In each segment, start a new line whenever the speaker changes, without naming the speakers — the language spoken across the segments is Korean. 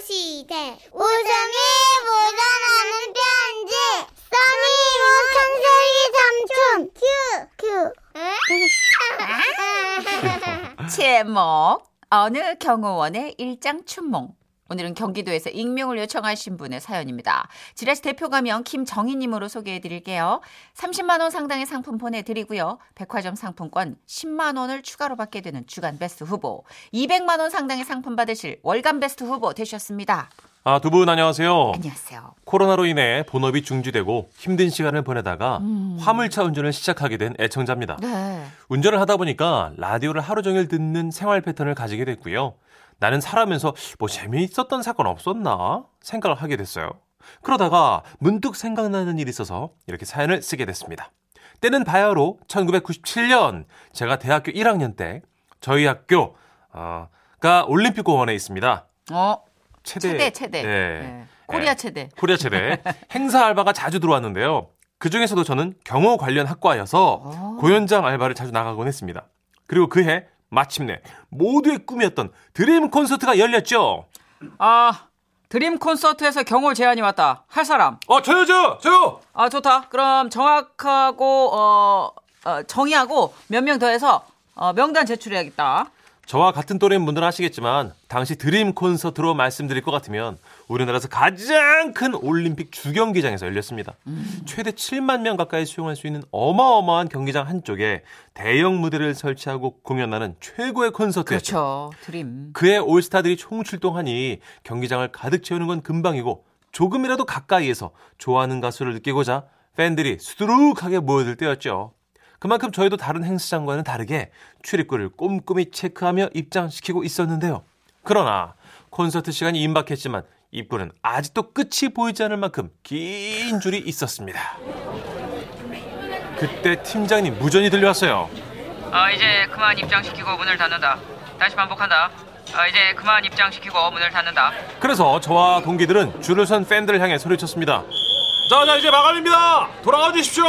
시대 웃음이 묻어나는 편지 써니 우천세기 삼촌 큐큐
아?
제목 어느 경호원의 일장 춘몽 오늘은 경기도에서 익명을 요청하신 분의 사연입니다. 지라시 대표 가명 김정희님으로 소개해드릴게요. 30만 원 상당의 상품 보내드리고요. 백화점 상품권 10만 원을 추가로 받게 되는 주간 베스트 후보, 200만 원 상당의 상품 받으실 월간 베스트 후보 되셨습니다.
아, 두 분 안녕하세요.
안녕하세요.
코로나로 인해 본업이 중지되고 힘든 시간을 보내다가
음.
화물차 운전을 시작하게 된 애청자입니다.
네.
운전을 하다 보니까 라디오를 하루 종일 듣는 생활 패턴을 가지게 됐고요. 나는 살아면서 뭐 재미있었던 사건 없었나 생각을 하게 됐어요. 그러다가 문득 생각나는 일이 있어서 이렇게 사연을 쓰게 됐습니다. 때는 바야흐로 1997년 제가 대학교 1학년 때 저희 학교 어, 가 올림픽 공원에 있습니다.
어,
최대
체대, 체대.
네.
네. 코리아 체대.
코리아 체대 행사 알바가 자주 들어왔는데요. 그 중에서도 저는 경호 관련 학과여서
오.
고현장 알바를 자주 나가곤 했습니다. 그리고 그해 마침내 모두의 꿈이었던 드림 콘서트가 열렸죠.
아, 드림 콘서트에서 경호 제안이 왔다. 할 사람.
어, 저요, 저요, 저요.
아, 좋다. 그럼 정확하고, 어, 어, 정의하고 몇 명 더해서 어, 명단 제출해야겠다.
저와 같은 또래인 분들은 아시겠지만 당시 드림 콘서트로 말씀드릴 것 같으면 우리나라에서 가장 큰 올림픽 주경기장에서 열렸습니다. 최대 7만 명 가까이 수용할 수 있는 어마어마한 경기장 한쪽에 대형 무대를 설치하고 공연하는 최고의 콘서트였죠.
그렇죠. 드림.
그의 올스타들이 총출동하니 경기장을 가득 채우는 건 금방이고 조금이라도 가까이에서 좋아하는 가수를 느끼고자 팬들이 수두룩하게 모여들 때였죠. 그만큼 저희도 다른 행사장과는 다르게 출입구를 꼼꼼히 체크하며 입장시키고 있었는데요. 그러나 콘서트 시간이 임박했지만 입구는 아직도 끝이 보이지 않을 만큼 긴 줄이 있었습니다. 그때 팀장님 무전이 들려왔어요.
아, 이제 그만 입장시키고 문을 닫는다. 다시 반복한다. 아, 이제 그만 입장시키고 문을 닫는다.
그래서 저와 동기들은 줄을 선 팬들을 향해 소리쳤습니다. 자, 자 이제 마감입니다. 돌아가 주십시오.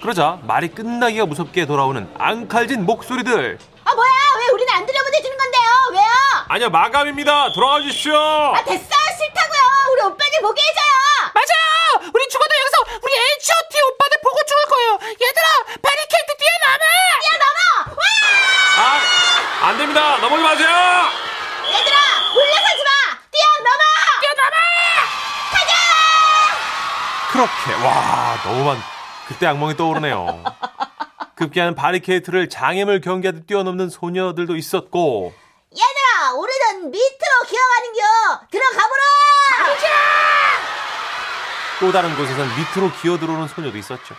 그러자 말이 끝나기가 무섭게 돌아오는 앙칼진 목소리들.
아 뭐야 왜 우리는 안 들여보내주는 건데요 왜요
아니야 마감입니다. 돌아가 주십시오.
아 됐어 싫다고요 우리 오빠들 보게 해줘요
맞아! 우리 죽어도 여기서 우리 H.O.T. 오빠들 보고 죽을 거예요. 얘들아, 바리케이트 뒤에 남아!
아, 안 됩니다. 넘어지 마세요.
얘들아 올라서지 마 뛰어넘어
그렇게 와 너무만 그때 악몽이 떠오르네요. 급기야는 바리케이트를 장애물 경기하듯 뛰어넘는 소녀들도 있었고
얘들아 우리는 밑으로 기어가는겨 들어가보라
또 다른 곳에선 밑으로 기어 들어오는 소녀도 있었죠.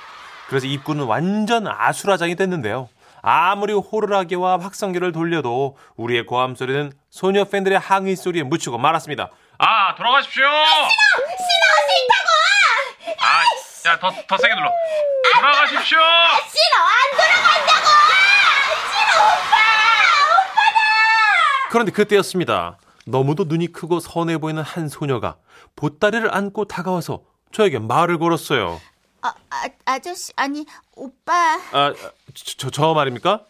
그래서 입구는 완전 아수라장이 됐는데요. 아무리 호루라기와 확성기를 돌려도 우리의 고함 소리는 소녀 팬들의 항의 소리에 묻히고 말았습니다. 아 돌아가십시오.
싫어 싫다고
아야더 더 세게 눌러. 돌아가십시오.
싫어 안 돌아간다고 싫어 오빠 오빠다
그런데 그때였습니다. 너무도 눈이 크고 선해 보이는 한 소녀가 보따리를 안고 다가와서 저에게 말을 걸었어요.
아, 아, 아저씨, 아니, 오빠,
아 저 저 말입니까?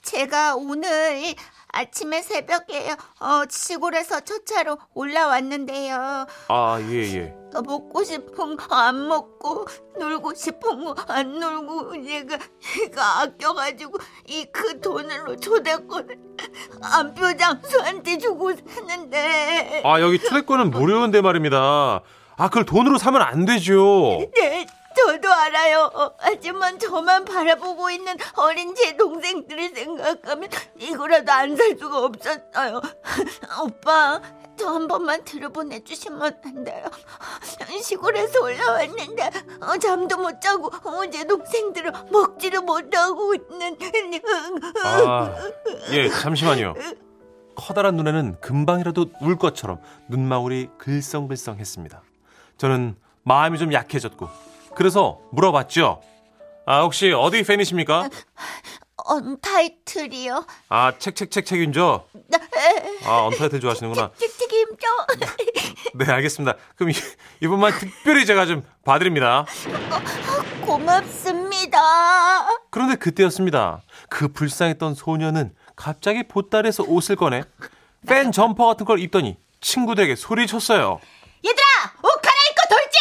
제가 오늘 아침에 새벽에 어, 시골에서 첫 차로 올라왔는데요.
아 예, 예.
어, 먹고 싶은 거 안 먹고, 놀고 싶은 거 안 놀고, 얘가, 얘가 아껴가지고, 이 그 돈으로 초대권을 안표 장수한테 주고 샀는데,
아 여기 초대권은 무료인데 말입니다. 아 그걸 돈으로 사면 안 되죠.
네, 저도 알아요. 어, 하지만 저만 바라보고 있는 어린 제 동생들을 생각하면 이거라도 안 살 수가 없었어요. 오빠, 저 한 번만 들여보내 주시면 안 돼요. 시골에서 올라왔는데 어, 잠도 못 자고 어, 제 동생들을 먹지를 못하고 있는
아 예 잠시만요. 커다란 눈에는 금방이라도 울 것처럼 눈망울이 글썽글썽했습니다. 저는 마음이 좀 약해졌고 그래서 물어봤죠. 아 혹시 어디 팬이십니까?
언타이틀이요.
아 책 책 책 책임져. 아 언타이틀 좋아하시는구나.
책임져.
네 알겠습니다. 그럼 이- 이분만 특별히 제가 좀 봐드립니다.
고맙습니다.
그런데 그때였습니다. 그 불쌍했던 소녀는 갑자기 보따리에서 옷을 꺼내 팬 점퍼 같은 걸 입더니 친구들에게 소리쳤어요.
얘들아, 옷 갈아입고 돌진!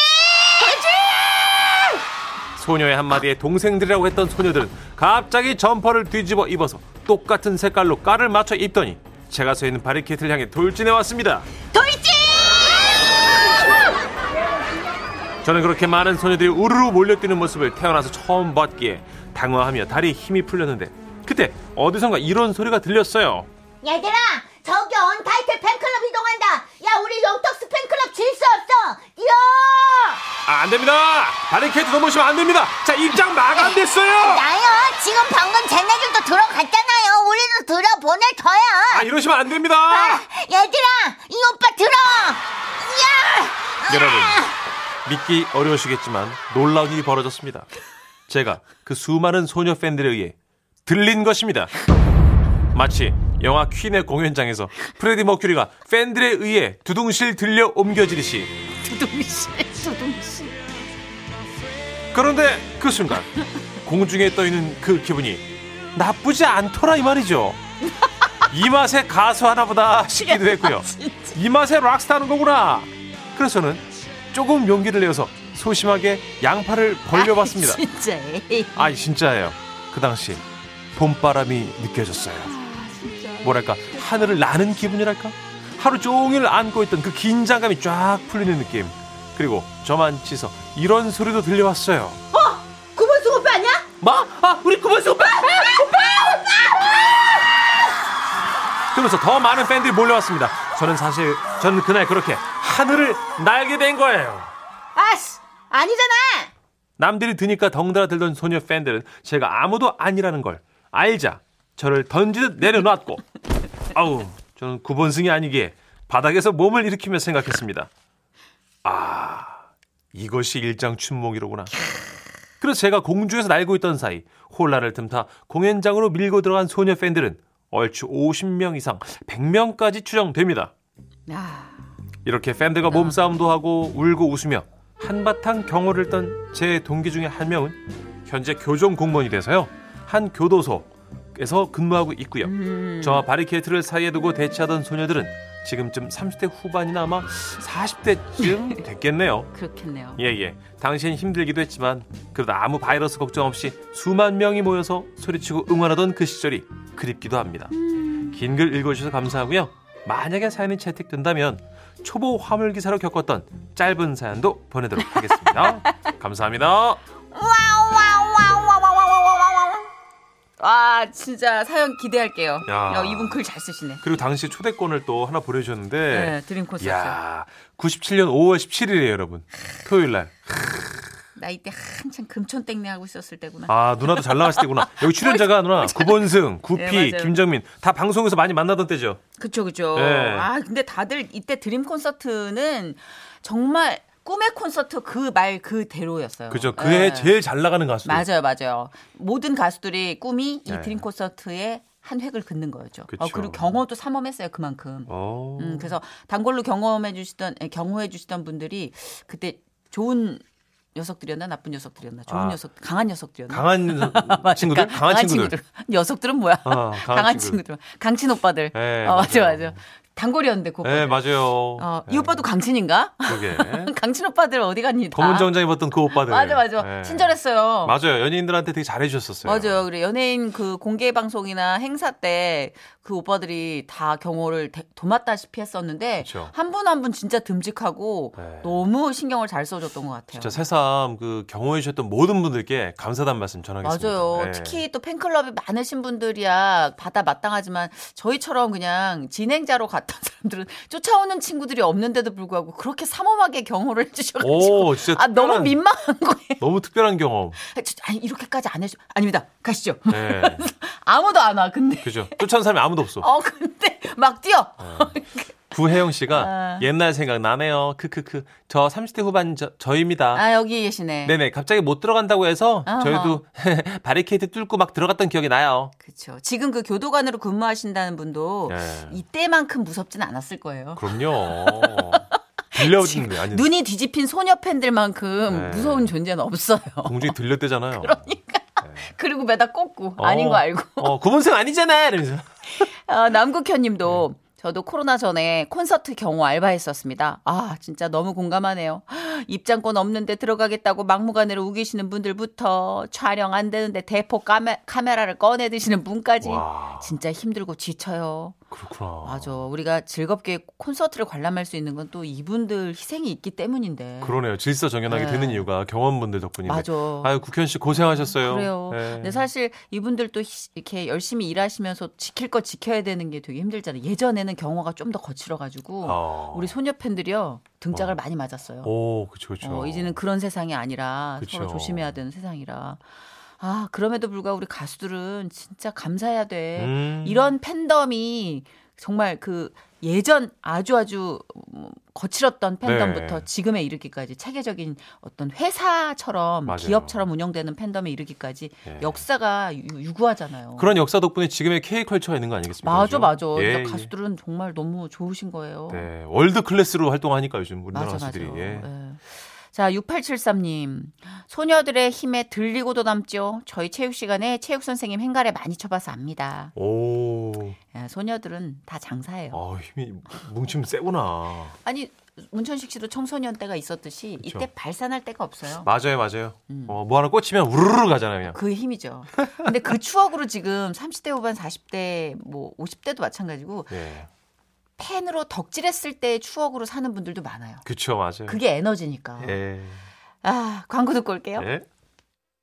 소녀의 한마디에 동생들이라고 했던 소녀들은 갑자기 점퍼를 뒤집어 입어서 똑같은 색깔로 깔을 맞춰 입더니 제가 서 있는 바리케이트를 향해 돌진해 왔습니다.
돌진!
저는 그렇게 많은 소녀들이 우르르 몰려뛰는 모습을 태어나서 처음 봤기에 당황하며 다리에 힘이 풀렸는데 그때 어디선가 이런 소리가 들렸어요.
얘들아, 저기 언타이틀 팬클럽 이동한다. 야, 우리 영턱스 팬클럽 질 수 없어. 뛰어!
아, 안 됩니다! 바리케이트 넘으시면 안 됩니다! 자, 입장 마감됐어요!
나요. 지금 방금 쟤네들도 들어갔잖아요. 우리도 들어보낼
아,
터야.
이러시면 안 됩니다!
아. 얘들아, 이 오빠 들어. 야!
여러분, 믿기 어려우시겠지만 놀라운 일이 벌어졌습니다. 제가 그 수많은 소녀 팬들에 의해 들린 것입니다. 마치 영화 퀸의 공연장에서 프레디 머큐리가 팬들에 의해 두둥실 들려 옮겨지듯이
두둥실, 두둥실.
그런데 그 순간 공중에 떠 있는 그 기분이 나쁘지 않더라 이 말이죠. 이 맛에 가수 하나보다 싶기도 했고요. 이 맛에 락스타는 거구나. 그래서 저는 조금 용기를 내어서 소심하게 양팔을 벌려봤습니다.
진짜 에이.
아 진짜예요. 그 당시 봄바람이 느껴졌어요. 뭐랄까 하늘을 나는 기분이랄까 하루 종일 안고 있던 그 긴장감이 쫙 풀리는 느낌. 그리고 저만치서 이런 소리도 들려왔어요.
구본수 오빠 아니야?
뭐? 아, 우리 구본수 오빠! 오빠! 오빠! 그러면서 더 많은 팬들이 몰려왔습니다. 저는 사실, 저는 그날 그렇게 하늘을 날게 된 거예요.
아씨, 아니잖아!
남들이 드니까 덩달아 들던 소녀 팬들은 제가 아무도 아니라는 걸 알자 저를 던지듯 내려놨고 아우 저는 구본승이 아니기에 바닥에서 몸을 일으키며 생각했습니다 아 이것이 일장 춘몽이로구나 그래서 제가 공주에서 날고 있던 사이 홀라를 틈타 공연장으로 밀고 들어간 소녀 팬들은 얼추 50명 이상 100명까지 추정됩니다
아,
이렇게 팬들과 몸싸움도 하고 울고 웃으며 한바탕 경호를 떤 제 동기 중에 한 명은 현재 교정 공무원이 돼서요 한 교도소에서 근무하고 있고요 저와 바리케이트를 사이에 두고 대치하던 소녀들은 지금쯤 30대 후반이나 아마 40대쯤 됐겠네요
그렇겠네요.
예예 당시엔 힘들기도 했지만 그래도 아무 바이러스 걱정 없이 수만 명이 모여서 소리치고 응원하던 그 시절이 그립기도 합니다
음.
긴 글 읽어주셔서 감사하고요 만약에 사연이 채택된다면 초보 화물기사로 겪었던 짧은 사연도 보내도록 하겠습니다 감사합니다
아, 진짜 사연 기대할게요.
야.
야, 이분 글 잘 쓰시네.
그리고 당시 초대권을 또 하나 보내주셨는데
네, 드림 콘서트.
야 97년 5월 17일이에요 여러분 토요일날
나 이때 한창 금촌땡내 하고 있었을 때구나.
아 누나도 잘 나갔을 때구나 여기 출연자가 누나 구본승
네,
구피
맞아요.
김정민 다 방송에서 많이 만나던 때죠
그쵸, 그쵸.
네.
아, 근데 다들 이때 드림 콘서트는 정말 꿈의 콘서트 그 말 그대로였어요.
그죠. 그해
네.
제일 잘 나가는 가수들.
맞아요, 맞아요. 모든 가수들이 꿈이 이
네.
드림 콘서트에 한 획을 긋는 거였죠.
그쵸.
어, 그리고 경호도 삼엄했어요, 그만큼.
어.
음, 그래서 단골로 경험해 주시던 에, 경호해 주시던 분들이 그때 좋은 녀석들이었나 나쁜 녀석들이었나 좋은
아.
녀석 강한 녀석들이었나
강한 친구들?
그러니까
강한 친구들.
녀석들은 뭐야
어, 강한
강한, 친구들 강친 오빠들
예,
어, 맞아
맞아요.
맞아 단골이었는데 그 오빠
네,
들
맞아요.
어,
예,
이 오빠도 강친인가
그러게.
강친 오빠들 어디 갔니 다.
검은 정장 입었던 그 오빠들.
맞아 맞아
예.
친절했어요
맞아요. 연예인들한테 되게 잘해주셨었어요.
맞아요. 그래 연예인 그 공개 방송이나 행사 때 그 오빠들이 다 경호를 대- 도맡다시피 했었는데
그쵸.
한 분 한 분 진짜 듬직하고
네.
너무 신경을 잘 써줬던 것 같아요.
진짜 새삼 그 경호해주셨던 모든 분들께 감사단 말씀 전하겠습니다.
맞아요.
예.
특히 또 팬클럽이 많으신 분들이야 받아 마땅하지만 저희처럼 그냥 진행자로 갔던 사람들은 쫓아오는 친구들이 없는데도 불구하고 그렇게 삼엄하게 경호를 해주셔가지고
오, 진짜.
아
특별한,
너무 민망한 거예요.
너무 특별한 경험.
저- 아니 이렇게까지 안 해줘. 아닙니다. 가시죠.
예.
아무도 안 와. 근데
그죠. 쫓아온 사람이 아무도 없어. 아.
어 근데 막 뛰어.
구혜영 씨가
아.
옛날 생각 나네요. 크크크. 저 30대 후반 저, 저입니다.
아 여기 계시네.
네네. 갑자기 못 들어간다고 해서
아하.
저희도 바리케이트 뚫고 막 들어갔던 기억이 나요.
그렇죠. 지금 그 교도관으로 근무하신다는 분도
예.
그 이때만큼 무섭진 않았을 거예요.
그럼요. 들려오는 게 아니
눈이 뒤집힌 소녀 팬들만큼
네.
무서운 존재는 없어요.
공중에 들렸대잖아요.
그리고 매다 꽂고 아닌
어,
거 알고.
어, 구분생 아니잖아. 이러면서.
아, 남국현님도 저도 코로나 전에 콘서트 경호 알바했었습니다. 아, 진짜 너무 공감하네요. 입장권 없는데 들어가겠다고 막무가내로 우기시는 분들부터 촬영 안 되는데 대포 카메, 카메라를 꺼내 드시는 분까지
와,
진짜 힘들고 지쳐요.
그렇구나.
맞아. 우리가 즐겁게 콘서트를 관람할 수 있는 건 또 이분들 희생이 있기 때문인데.
그러네요. 질서 정연하게
네.
되는 이유가 경험분들 덕분인데.
맞아.
그러니까. 아유, 네. 국현 씨 고생하셨어요.
그래요.
네.
근데 사실 이분들도 희- 이렇게 열심히 일하시면서 지킬 거 지켜야 되는 게 되게 힘들잖아요. 예전에는 경호가 좀 더 거칠어가지고
어.
우리 소녀 팬들이요 등짝을
어. 그렇죠.
많이 맞았어요.
오, 그쵸, 그쵸.
어, 이제는 그런 세상이 아니라
그쵸.
서로 조심해야 되는 세상이라. 아 그럼에도 불구하고 우리 가수들은 진짜 감사해야 돼.
음.
이런 팬덤이 정말 그 예전 아주 아주 음, 거칠었던 팬덤부터
네.
지금에 이르기까지 체계적인 어떤 회사처럼
맞아요.
기업처럼 운영되는 팬덤에 이르기까지
예.
역사가 유- 유구하잖아요.
그런 역사 덕분에 지금의 K컬처가 있는 거 아니겠습니까?
맞아
그죠?
맞아.
예,
그러니까
예.
가수들은 정말 너무 좋으신 거예요.
네, 월드 클래스로 활동하니까 요즘 우리나라
맞아,
가수들이.
맞아.
예.
예. 자, 6873님. 소녀들의 힘에 들리고도 남죠. 저희 체육 시간에 체육 선생님 행가래 많이 쳐봐서 압니다.
오,
예, 소녀들은 다 장사해요.
아 힘이 뭉치면 세구나.
아니, 문천식 씨도 청소년 때가 있었듯이
그쵸.
이때 발산할 데가 없어요.
맞아요, 맞아요. 어, 뭐 하나 꽂히면 우르르 가잖아요, 그냥.
그 힘이죠. 근데 그 추억으로 지금 30대 후반, 40대, 뭐 50대도 마찬가지고
예,
팬으로 덕질했을 때의 추억으로 사는 분들도 많아요.
그쵸, 맞아요.
그게 에너지니까.
예,
아, 광고 듣고 올게요.
예.